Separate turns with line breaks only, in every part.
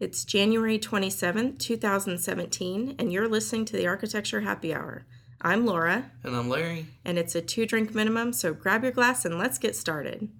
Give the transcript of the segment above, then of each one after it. It's January 27th, 2017, and you're listening to the Architecture Happy Hour. I'm Laura,
And I'm Larry.
and it's a two drink minimum, so grab your glass and let's get started.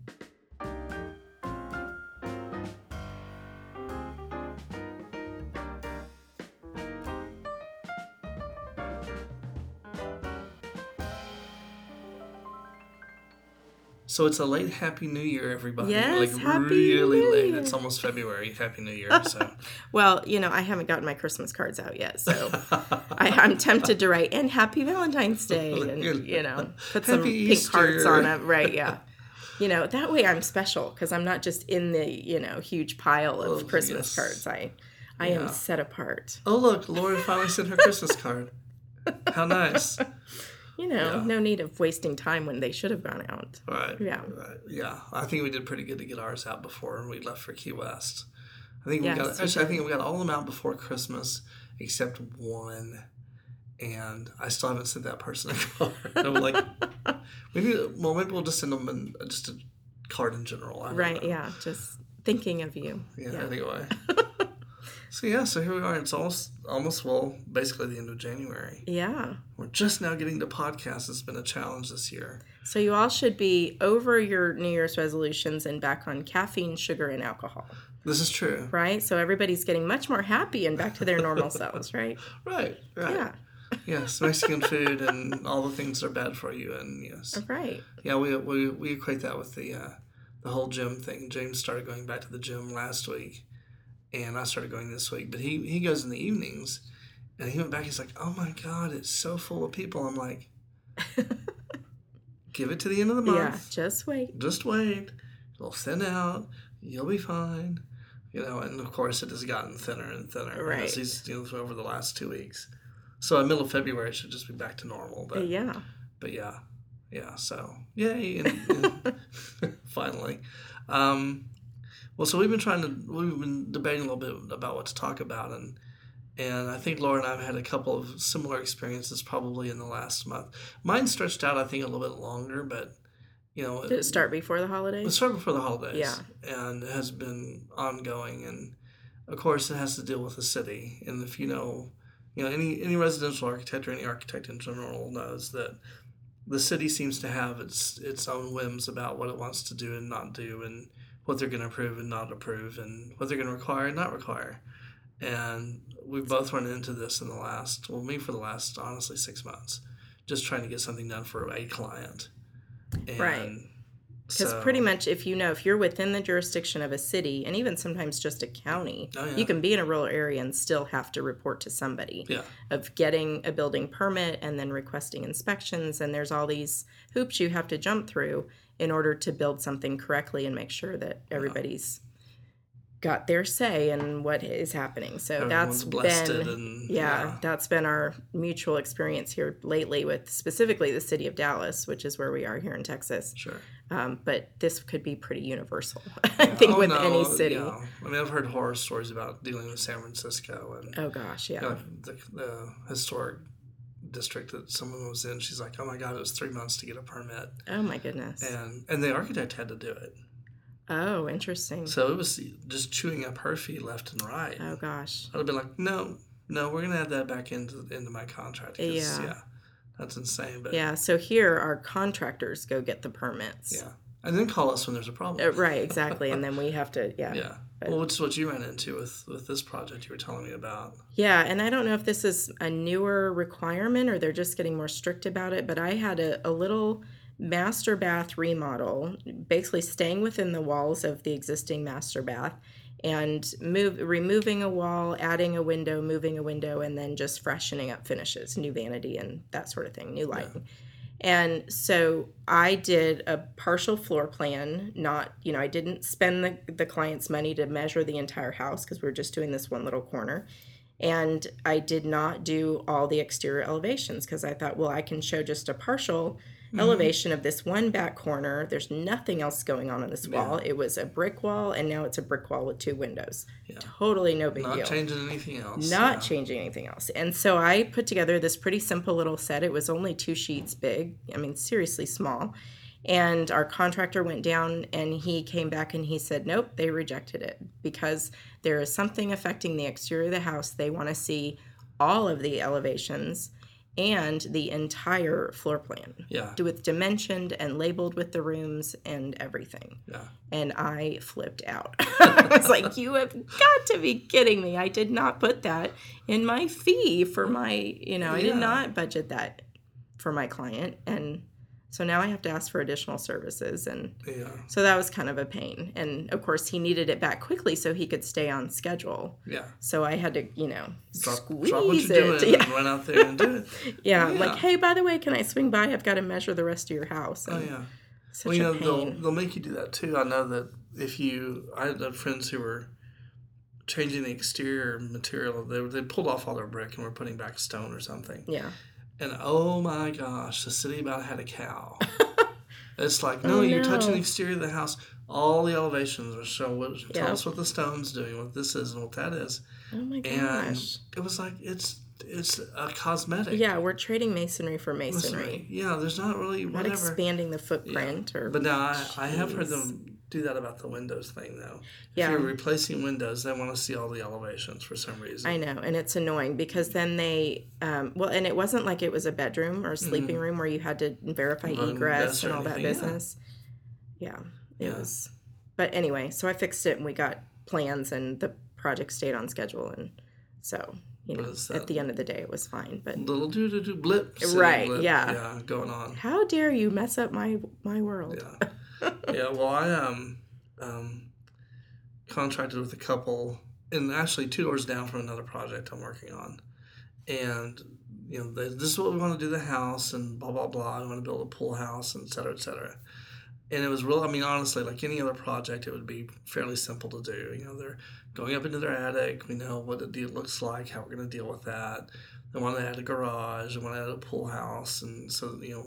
So it's a late Happy New Year, everybody.
Yes,
like
Happy
really
New
late.
Year.
It's almost February. Happy New Year. So
Well, you know, I haven't gotten my Christmas cards out yet, so I, I'm tempted to write, and Happy Valentine's Day, and, you know, put some
Happy
pink hearts
Easter.
on them. Right, yeah. You know, that way I'm special because I'm not just in the, you know, huge pile of
Oh,
Christmas
yes.
cards. I, I am
Yeah.
set apart.
Oh look, Laura finally sent her Christmas card. How nice.
You know,
Yeah.
no need of wasting time when they should have gone out.
Right.
Yeah.
Right. Yeah. I think we did pretty good to get ours out before we left for Key West. I think
Yes,
we
we
got actually I think we got all of them out before Christmas except one. And I still haven't sent that person a card. I'm like, we need. Well, maybe we'll just send them an, just a card in general. I don't
Right,
know.
yeah, just thinking of you.
yeah,
Yeah.
anyway so yeah so here we are it's almost almost well basically the end of january
Yeah.
we're just now getting to podcasts it's been a challenge this year
So you all should be over your New Year's resolutions and back on caffeine, sugar, and alcohol,
this is true
right? So everybody's getting much more happy and back to their normal selves, right?
right right
Yeah,
yes mexican food and all the things that are bad for you and yes
right.
yeah we, we, we equate that with the uh, the whole gym thing james started going back to the gym last week and i started going this week but he he goes in the evenings and he went back he's like oh my god it's so full of people i'm like give it to the end of the month
Yeah, just wait.
just wait, it'll thin out, you'll be fine. You know, and of course it has gotten thinner and thinner
Right.
as he's you know, over the last two weeks. So in middle of February it should just be back to normal. But
yeah,
but yeah, yeah. So yay, and, and finally. Um, well, so we've been trying to we've been debating a little bit about what to talk about, and and I think Laura and I've had a couple of similar experiences probably in the last month. Mine stretched out, I think, a little bit longer, but you know,
did it start before the
it
holidays?
started before the holidays.
Yeah.
And it has been ongoing and of course it has to deal with the city. And if you know you know, any any residential architect or any architect in general knows that the city seems to have its its own whims about what it wants to do and not do and what they're gonna approve and not approve and what they're gonna require and not require. And we've both run into this in the last well, me for the last honestly six months. Just trying to get something done for a client. And
Right. Because
so-
pretty much, if you know, if you're within the jurisdiction of a city and even sometimes just a county,
Oh, yeah.
you can be in a rural area and still have to report to somebody.
Yeah.
of getting a building permit and then requesting inspections and there's all these hoops you have to jump through in order to build something correctly and make sure that everybody's got their say in what is happening so
Everyone's
that's
blasted
been
and
yeah, that's been our mutual experience here lately with specifically the city of dallas which is where we are here in texas
sure.
um, but this could be pretty universal i think
Oh,
with
no,
any city
yeah. I mean, I've heard horror stories about dealing with San Francisco and
oh gosh yeah
you know, the, the historic district that someone was in. She's like, "Oh my god, it was three months to get a permit,"
oh my goodness
and and the architect had to do it.
Mm-hmm. oh interesting
So it was just chewing up her fee left and right.
oh gosh
I'd have been like, "No, no, we're gonna add that back into into my contract." 'cause,
Yeah.
yeah, that's insane. But yeah.
Yeah, so here our contractors go get the permits.
and then call us when there's a problem.
Uh, right, exactly. and then we have to, yeah. yeah.
Yeah. well, which is what you ran into with with this project you were telling me about.
and I don't know if this is a newer requirement or they're just getting more strict about it, but I had a, a little master bath remodel, basically staying within the walls of the existing master bath and move removing a wall, adding a window, moving a window, and then just freshening up finishes, new vanity and that sort of thing, new lighting. And so I did a partial floor plan, not, you know, I didn't spend the, the client's money to measure the entire house because we were just doing this one little corner. And I did not do all the exterior elevations because I thought, well, I can show just a partial
Mm-hmm.
elevation of this one back corner. There's nothing else going on in this wall. It was a brick wall, and now it's a brick wall with two windows. Totally no big
Not
deal
changing anything else.
not
yeah.
changing anything else. And so I put together this pretty simple little set. It was only two sheets big. I mean, seriously small. And our contractor went down and he came back and he said, nope, they rejected it because there is something affecting the exterior of the house. They want to see all of the elevations and the entire floor plan
Yeah.
with dimensioned and labeled with the rooms and everything.
Yeah.
And I flipped out. I was like, you have got to be kidding me. I did not put that in my fee for my, you know, I did
Yeah.
not budget that for my client. And so now I have to ask for additional services. And
Yeah.
so that was kind of a pain. And of course, he needed it back quickly so he could stay on schedule.
Yeah.
So I had to, you know,
Drop,
squeeze
drop what you're
it.
doing
Yeah.
and run out there and do it.
Yeah,
Yeah.
like, hey, by the way, can I swing by? I've got to measure the rest of your house.
Oh
And
yeah.
Such
Well, you know
a
they'll
pain.
they'll make you do that too. I know that if you, I had friends who were changing the exterior material. They they pulled off all their brick and were putting back stone or something.
Yeah.
And oh my gosh, the city about had a cow. it's like, no,
Oh,
you're
no.
touching the exterior of the house. All the elevations will show what tell
Yeah.
us what the stone's doing, what this is and what that is.
Oh my
And
gosh.
it was like it's it's a cosmetic.
yeah, we're trading masonry for
masonry.
masonry.
Yeah, there's not really
Not
whatever.
expanding the footprint or
But now I, I have heard
Jeez.
them do that about the windows thing though.
Yeah.
If you're replacing windows, they want to see all the elevations for some reason.
I know, and it's annoying because then they, um, well, and it wasn't like it was a bedroom or a sleeping room where you had to verify
Mm-hmm. Run
egress
this or
and all that
anything, yeah.
business. Yeah, it
Yeah.
was. But anyway, so I fixed it and we got plans and the project stayed on schedule and so you know
it's
at
that- Mm.
the end of the day it was fine. But
Little doo doo doo blips. and
Right,
blip,
yeah.
Yeah, going on.
how dare you mess up my my world?
Yeah. yeah. Well, I um, um, contracted with a couple, and actually two doors down from another project I'm working on, and you know they, this is what we want to do the house and blah blah blah. I want to build a pool house and et cetera et cetera. And it was real. I mean, honestly, like any other project, it would be fairly simple to do. You know, they're going up into their attic. We know what it looks like, how we're going to deal with that. They want to add a garage. They want to add a pool house, and so you know,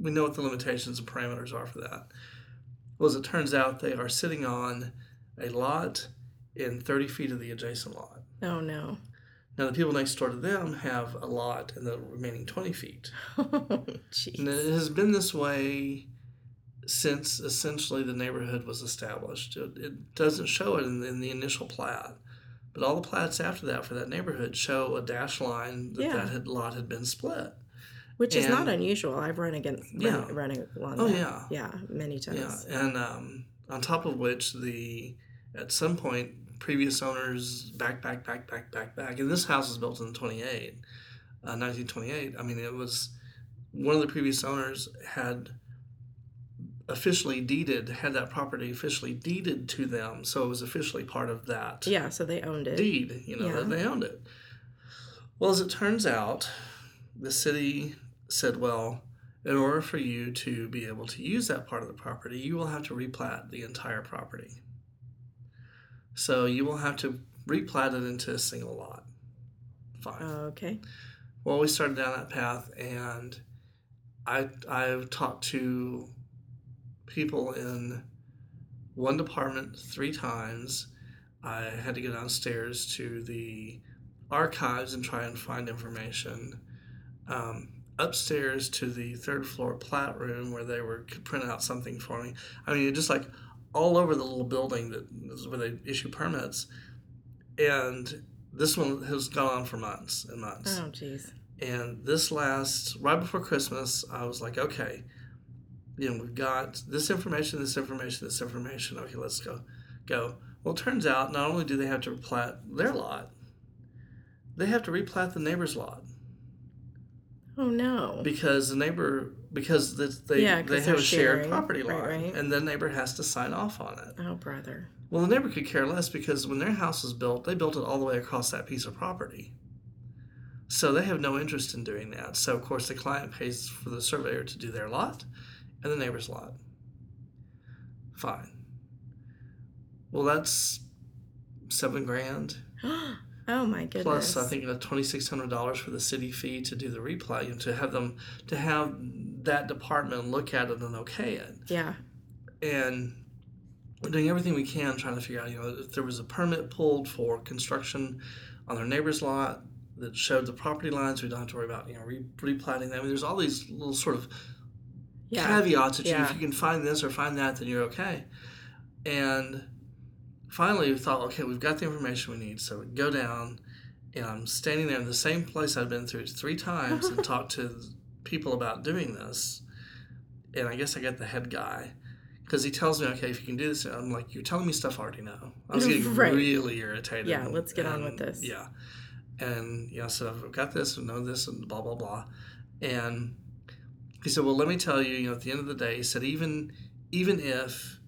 we know what the limitations and parameters are for that. Well, as it turns out, they are sitting on a lot in 30 feet of the adjacent lot.
Oh no.
Now, the people next door to them have a lot in the remaining 20 feet.
Jeez.
And it has been this way since essentially the neighborhood was established. It, it doesn't show it in, in the initial plat, but all the plats after that for that neighborhood show a dash line that
Yeah.
that had, lot had been split.
Which is not
And-
unusual. I've run against
Yeah.
run, running along
Oh,
that.
yeah.
Yeah, many
Yeah,
times.
and um, on top of which, the at some point previous owners back, back, back, back, back, back, and this house was built in 28, uh, 1928. I mean, it was one of the previous owners had officially deeded had that property officially deeded to them, so it was officially part of that
Yeah, so they owned it.
deed. You know
Yeah.
that they owned it. Well, as it turns out, the city said, "Well, in order for you to be able to use that part of the property, you will have to replat the entire property. So you will have to replat it into a single lot." Fine.
Oh. okay.
Well, we started down that path, and I I've talked to people in one department three times. I had to go downstairs to the archives and try and find information. Um, upstairs to the third floor plat room where they were could print out something for me. I mean, just like all over the little building that is where they issue permits, and this one has gone on for months and months.
Oh, jeez.
And this last, right before Christmas, I was like, okay, you know, we've got this information, this information, this information. Okay, let's go. Go. Well, it turns out not only do they have to replat their lot, they have to replat the neighbor's lot
Oh no.
because the neighbor, because they, they,
Yeah, 'cause
they
they're
have a shared
sharing.
property
Right,
line
right.
and the neighbor has to sign off on it.
oh brother.
Well, the neighbor could care less because when their house was built, they built it all the way across that piece of property. So they have no interest in doing that. So, of course, the client pays for the surveyor to do their lot and the neighbor's lot. Fine. Well, that's seven grand.
oh my goodness.
Plus, I think twenty six hundred dollars for the city fee to do the replat and to have them to have that department look at it and okay it
Yeah.
and we're doing everything we can trying to figure out, you know, if there was a permit pulled for construction on their neighbor's lot that showed the property lines, we don't have to worry about, you know, re- replatting that. I mean, there's all these little sort of
Yeah.
caveats that you,
Yeah.
if you can find this or find that, then you're okay. And finally, we thought, okay, we've got the information we need. So we go down, and I'm standing there in the same place I've been through three times and talked to people about doing this. And I guess I got the head guy because he tells me, okay, if you can do this, and I'm like, you're telling me stuff I already know. I was getting
Right.
really irritated.
Yeah, let's get on with
and-
this.
Yeah. And, you know, so I've got this and know this and blah, blah, blah. And he said, "Well, let me tell you. You know, at the end of the day, he said, even even if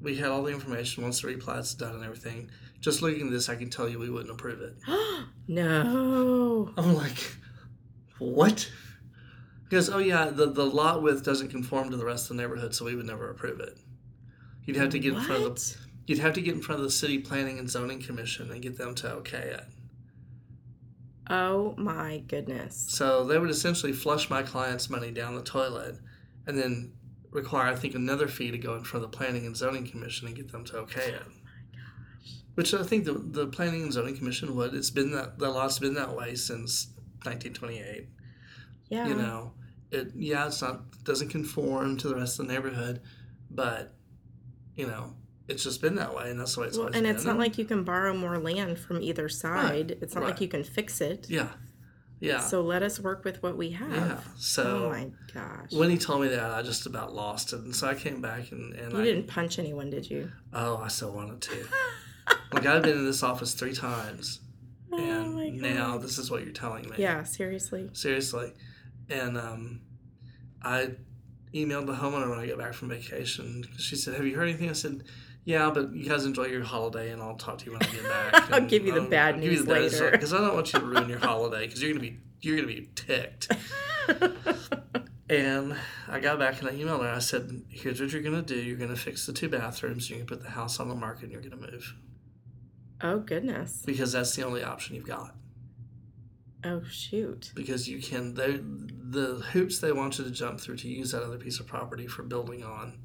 we had all the information once the replat's done and everything, just looking at this, I can tell you we wouldn't approve it."
no.
I'm like, "What?" Because oh yeah, the the lot width doesn't conform to the rest of the neighborhood, so we would never approve it. You'd have to get in front of the
What?
you'd have to get in front of the city planning and zoning commission and get them to okay it.
Oh my goodness.
So they would essentially flush my client's money down the toilet and then require, I think, another fee to go in front of the Planning and Zoning Commission and get them to okay
Oh
it. Which I think the, the Planning and Zoning Commission would. It's been that, the law's been that way since 1928.
Yeah.
You know, it, yeah, it's not, doesn't conform to the rest of the neighborhood, but, you know, it's just been that way and that's the way it's
well,
always
and
been.
it's not like you can borrow more land from either side. It's not like
right.
you can fix it.
Yeah. Yeah.
So let us work with what we have.
yeah. So.
oh my gosh.
When he told me that, I just about lost it, and so I came back and, and
you
I
didn't punch anyone, did you?
oh, I still wanted to. like I've been in this office three times,
Oh
and
my
now
God.
this is what you're telling me.
Yeah, seriously.
seriously. And um, I emailed the homeowner when I got back from vacation. She said, "Have you heard anything?" I said, "Yeah, but you guys enjoy your holiday, and I'll talk to you when I get back."
I'll
And um,
give you the bad news later.
because I don't want you to ruin your holiday because you're gonna be you're gonna be ticked. And I got back and I emailed her. I said, "Here's what you're gonna do. You're gonna fix the two bathrooms. You're gonna put the house on the market. and You're gonna move
Oh goodness.
because that's the only option you've got.
Oh shoot.
Because you can they, the hoops they want you to jump through to use that other piece of property for building on.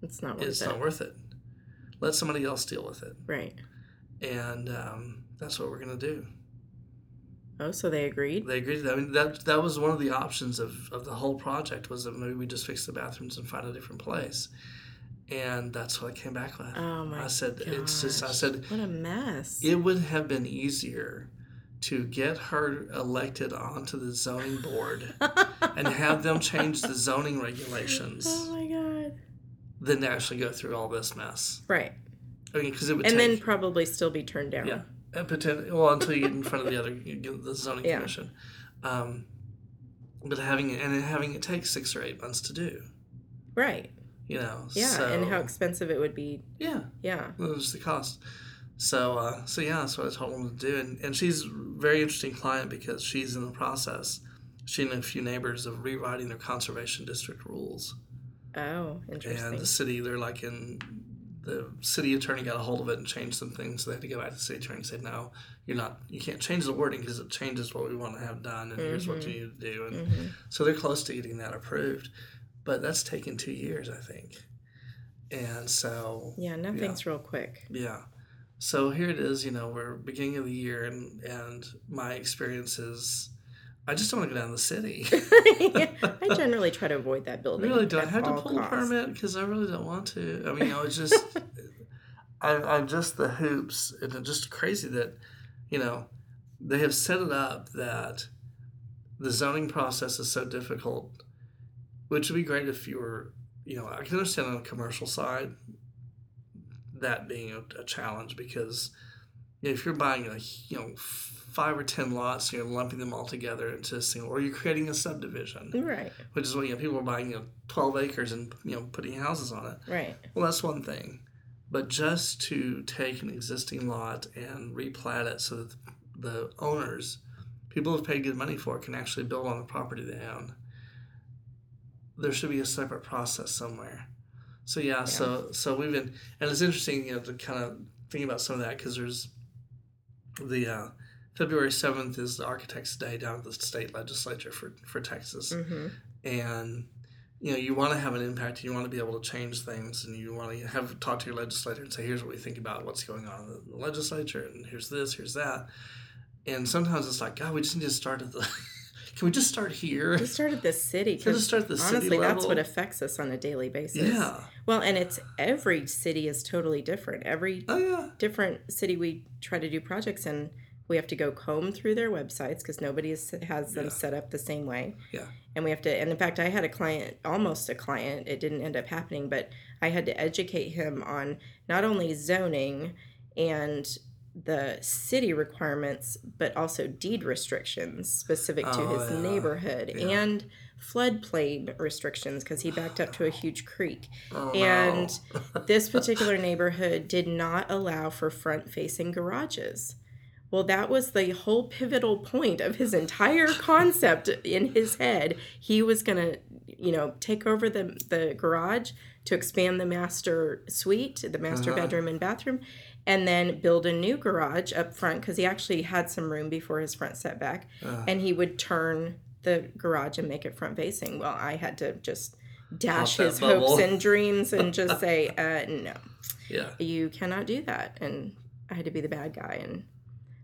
It's not worth
It's
it.
not worth it. Let somebody else deal with it.
right.
And um, that's what we're gonna do.
Oh, so they agreed?
They agreed. to that. I mean, that that was one of the options of, of the whole project was that maybe we just fix the bathrooms and find a different place. And that's what I came back with.
Oh my
I said it's just I
gosh.
said
What a mess.
it would have been easier to get her elected onto the zoning board and have them change the zoning
oh
regulations
my god.
than to actually go through all this mess.
Right.
I mean, because it would
And then
take,
probably still be turned down.
yeah, and poten- well until you get in front of the other you get the zoning
Yeah.
commission. Um, but having it and then having it take six or eight months to do,
Right.
you know,
Yeah.
so,
And how expensive it would be.
yeah,
Yeah.
That was the cost. So, uh, so yeah, that's what I told them to do. And, and she's a very interesting client because she's in the process, she and a few neighbors, of rewriting their conservation district rules.
Oh,
And
interesting.
the city, they're like in, the city attorney got a hold of it and changed some things. So they had to go back to the city attorney and say, no, you're not, you can't change the wording because it changes what we want to have done and here's what you need to do. And
Mhm.
so they're close to getting that approved. But that's taken two years, I think. And so
Yeah, nothing's real quick.
yeah. So here it is, you know, we're beginning of the year and and my experience is I just don't want to go down the city.
I generally try to avoid that building.
really do I
at
have to
all
pull a
costs.
permit because I really don't want to. I mean, I was just I I'm just the hoops and it's just crazy that, you know, they have set it up that the zoning process is so difficult, which would be great if you were, you know, I can understand on the commercial side that being a, a challenge because if you're buying a you know five or ten lots and you're lumping them all together into a single or you're creating a subdivision
Right.
which is what you know people are buying you know 12 acres and you know putting houses on it
Right.
well, that's one thing. But just to take an existing lot and replat it so that the owners, people who've paid good money for it, can actually build on the property they own, there should be a separate process somewhere. So yeah, so so we've been, and it's interesting, you know, to kind of think about some of that because there's the uh, February seventh is the Architects' Day down at the state legislature for for Texas,
hmm
and you know you want to have an impact you want to be able to change things and you want to have talk to your legislator and say here's what we think about what's going on in the legislature and here's this here's that and sometimes it's like god we just need to start at the can we just start here?
We started the city.
Can we
'cause
just start at the city
honestly, that's
level?
what affects us on a daily basis.
Yeah.
Well, and it's every city is totally different. Every
Oh yeah.
different city we try to do projects in, we have to go comb through their websites because nobody is, has them
Yeah.
set up the same way.
Yeah.
And we have to, and in fact, I had a client, almost a client, it didn't end up happening, but I had to educate him on not only zoning and the city requirements, but also deed restrictions specific to
Oh,
his
yeah.
neighborhood
Yeah.
and floodplain restrictions because he backed up to a huge creek
Oh, no.
and this particular neighborhood did not allow for front facing garages. Well, that was the whole pivotal point of his entire concept in his head. He was going to, you know, take over the, the garage to expand the master suite, the master
Uh-huh.
bedroom and bathroom, and then build a new garage up front because he actually had some room before his front setback.
Uh.
and he would turn the garage and make it front facing. Well, I had to just dash
that
his
bubble.
hopes and dreams and just say, uh, no,
yeah.
you cannot do that. And I had to be the bad guy. And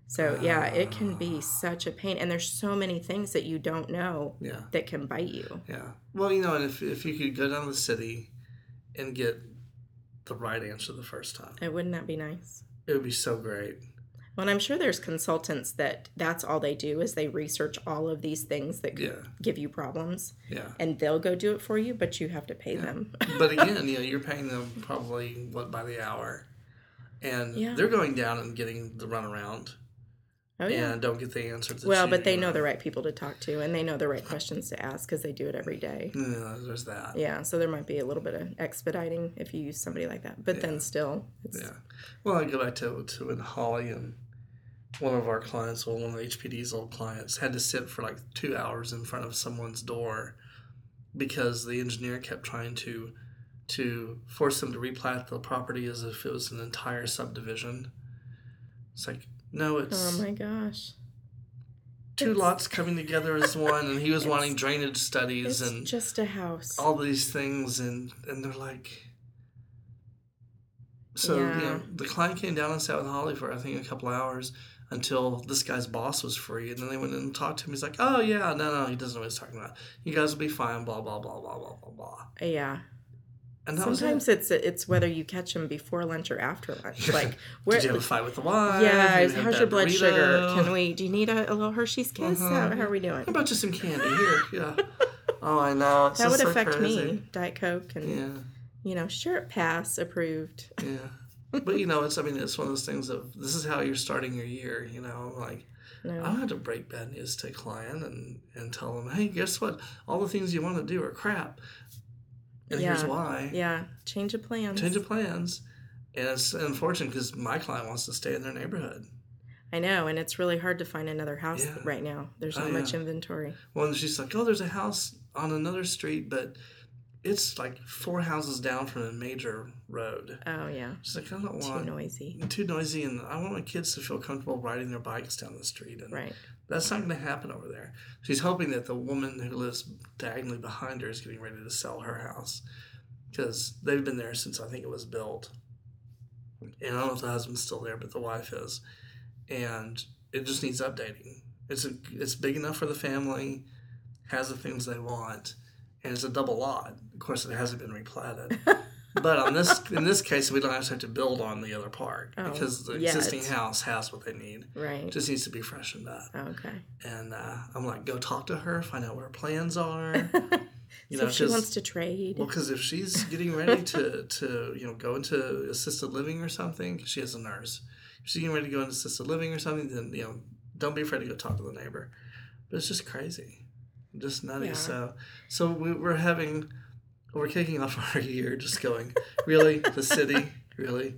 so, yeah, it can
Ah.
be such a pain. And there's so many things that you don't know
Yeah.
that can bite you.
Yeah. Well, you know, and if if you could go down to the city and get the right answer the first time,
And wouldn't that be nice?
it would be so great.
Well, and I'm sure there's consultants that that's all they do is they research all of these things that
Yeah.
give you problems
Yeah.
and they'll go do it for you, but you have to pay
Yeah.
them.
But again, you know, you're paying them probably what by the hour. And
Yeah.
they're going down and getting the runaround
oh, yeah.
and don't get the answer that
Well,
you-
but they know the
you
right people to talk to and they know the right questions to ask because they do it every day.
Yeah, there's that.
Yeah, so there might be a little bit of expediting if you use somebody like that. But
Yeah.
then still, it's,
Yeah. Well, I go back to, to when Holly and one of our clients, well, one of HPD's old clients, had to sit for like two hours in front of someone's door because the engineer kept trying to to force them to replat the property as if it was an entire subdivision. It's like, no,
oh
it's
my gosh.
two
it's-
lots coming together as one, and he was
It's-
wanting drainage studies
It's
and
just a house.
all these things and and they're like so you know
Yeah.
the client came down and sat with holly for i think a couple hours until this guy's boss was free and then they went in and talked to him he's like oh yeah no no he doesn't know what he's talking about you guys will be fine blah blah blah blah blah blah blah
Uh, yeah.
and that was
Sometimes
it.
it's it's whether you catch them before lunch or after lunch. Like where.
did you have a fight with the wife
yeah,
Did you have
how's
a
your
bad
blood sugar?
burrito?
Can we? Do you need a, a little Hershey's kiss?
Uh-huh.
How, how are we doing?
how about just some candy here yeah oh i know it's
That would
just so
affect me.
crazy.
Diet Coke and
yeah
you know, sure, pass, approved.
yeah but you know it's i mean it's one of those things of this is how you're starting your year you know like
No.
I had to break bad news to a client and, and tell them, hey, guess what? All the things you want to do are crap. And here's
Yeah.
why.
Yeah, change of plans.
Change of plans. And it's unfortunate because my client wants to stay in their neighborhood.
I know, and it's really hard to find another house
Yeah.
right now. There's
Oh,
not much
yeah.
inventory.
Well, and she's like, oh, there's a house on another street, but it's like four houses down from a major road.
Oh yeah,
She's like, I don't
too
want
noisy.
too noisy, and I want my kids to feel comfortable riding their bikes down the street. And
Right.
That's not going to happen over there. She's hoping that the woman who lives diagonally behind her is getting ready to sell her house because they've been there since I think it was built. And I don't know if the husband's still there, but the wife is, and it just needs updating. It's a, it's big enough for the family, has the things they want, and it's a double lot. Of course, it hasn't been replatted. But on this, in this case, we don't actually have to build on the other part
Oh,
because the
yet.
existing house has what they need. It
Right.
just needs to be freshened up
okay.
and uh, I'm like, go talk to her, find out what her plans are. You
so
know,
if she
because
wants to trade.
well, 'cause if she's getting ready to to you know go into assisted living or something, she is a nurse. If she's getting ready to go into assisted living or something, then you know, don't be afraid to go talk to the neighbor. But it's just crazy, just nutty.
Yeah.
So, so we, we're having, we're kicking off our year, just going, really, the city, really.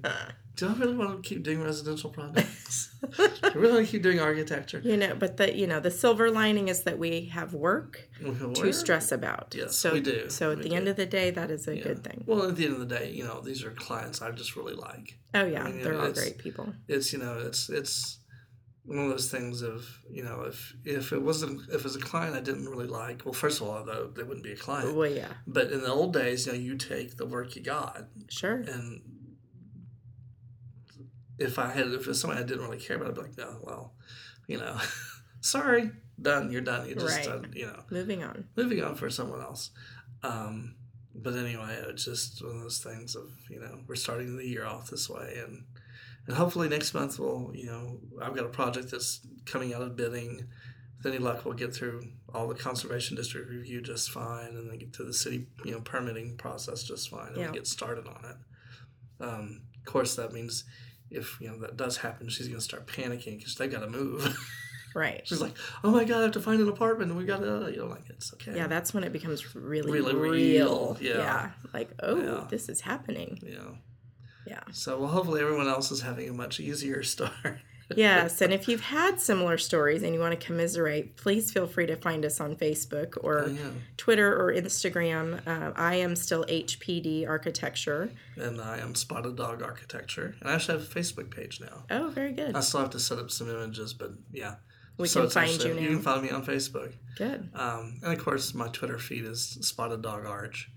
Do I really want to keep doing residential projects? Do I really want to keep doing architecture?
you know, but the you know the silver lining is that we have work to
Where-
stress about.
Yes,
so,
we do.
So at
We
the
do.
end of the day, that is a
Yeah.
good thing.
Well, at the end of the day, you know, these are clients I just really like.
Oh yeah,
mean,
they're all
it's-
great people.
It's you know, it's it's one of those things of you know, if if it wasn't if it was a client I didn't really like, well, first of all, though, they wouldn't be a client.
Well yeah,
But in the old days, you know, you take the work you got,
sure.
and if I had if it's somebody I didn't really care about, I'd be like, no, well, "Oh, you know, sorry, done. You're done. You just
Right.
done, you know
Moving on.
moving on for someone else. Um, but anyway, it's just one of those things of you know we're starting the year off this way, and and hopefully next month we'll you know I've got a project that's coming out of bidding. With any luck, we'll get through all the conservation district review just fine, and then get to the city you know permitting process just fine, and
Yeah.
we get started on it. Um, of course, that means if you know that does happen, she's going to start panicking because they've got to move.
Right.
she's like, "Oh my god, I have to find an apartment. We got to you know like it's okay."
Yeah, that's when it becomes really,
Really
real.
real, yeah.
Like, oh,
Yeah.
this is happening.
Yeah.
Yeah.
So well, hopefully everyone else is having a much easier start.
yes. And if you've had similar stories and you want to commiserate, please feel free to find us on Facebook or
Oh, yeah.
Twitter or Instagram. Uh, I am still HPD Architecture.
And I am Spotted Dog Architecture, and I actually have a Facebook page now.
Oh, very good.
I still have to set up some images, but yeah.
We
So
can
it's
find
actually-
you now.
You can find me on Facebook,
good.
um, and of course my Twitter feed is Spotted Dog Arch,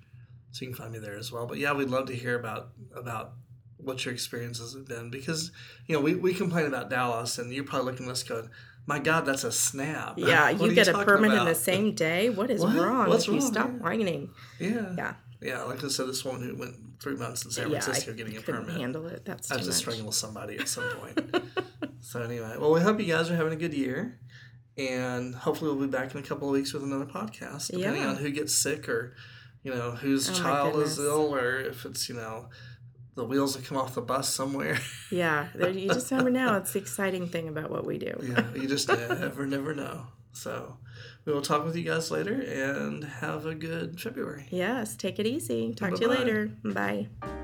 so you can find me there as well. But yeah, we'd love to hear about about what your experiences have been because you know we, we complain about Dallas, and you're probably looking at us going, "My God, that's a snap."
Yeah,
What are
you get a
talking
permit in
about?
the same day. What is
What?
wrong?
What's
if you
wrong?
stop
Yeah.
whining,
Yeah.
Yeah.
Yeah, like I said, this woman who went three months in San
yeah, I
Francisco getting a
couldn't
permit.
handle it. That's
I
too
was just
much.
strangle somebody at some point. so anyway, well, we hope you guys are having a good year, and hopefully we'll be back in a couple of weeks with another podcast, depending
Yeah.
on who gets sick or, you know, whose
Oh my
child is
goodness.
ill or if it's you know, the wheels have come off the bus somewhere.
Yeah, there, you just never know. It's the exciting thing about what we do.
yeah, you just never never know. So we will talk with you guys later, and have a good February.
Yes, take it easy. Talk to you
Bye-bye.
later. Bye.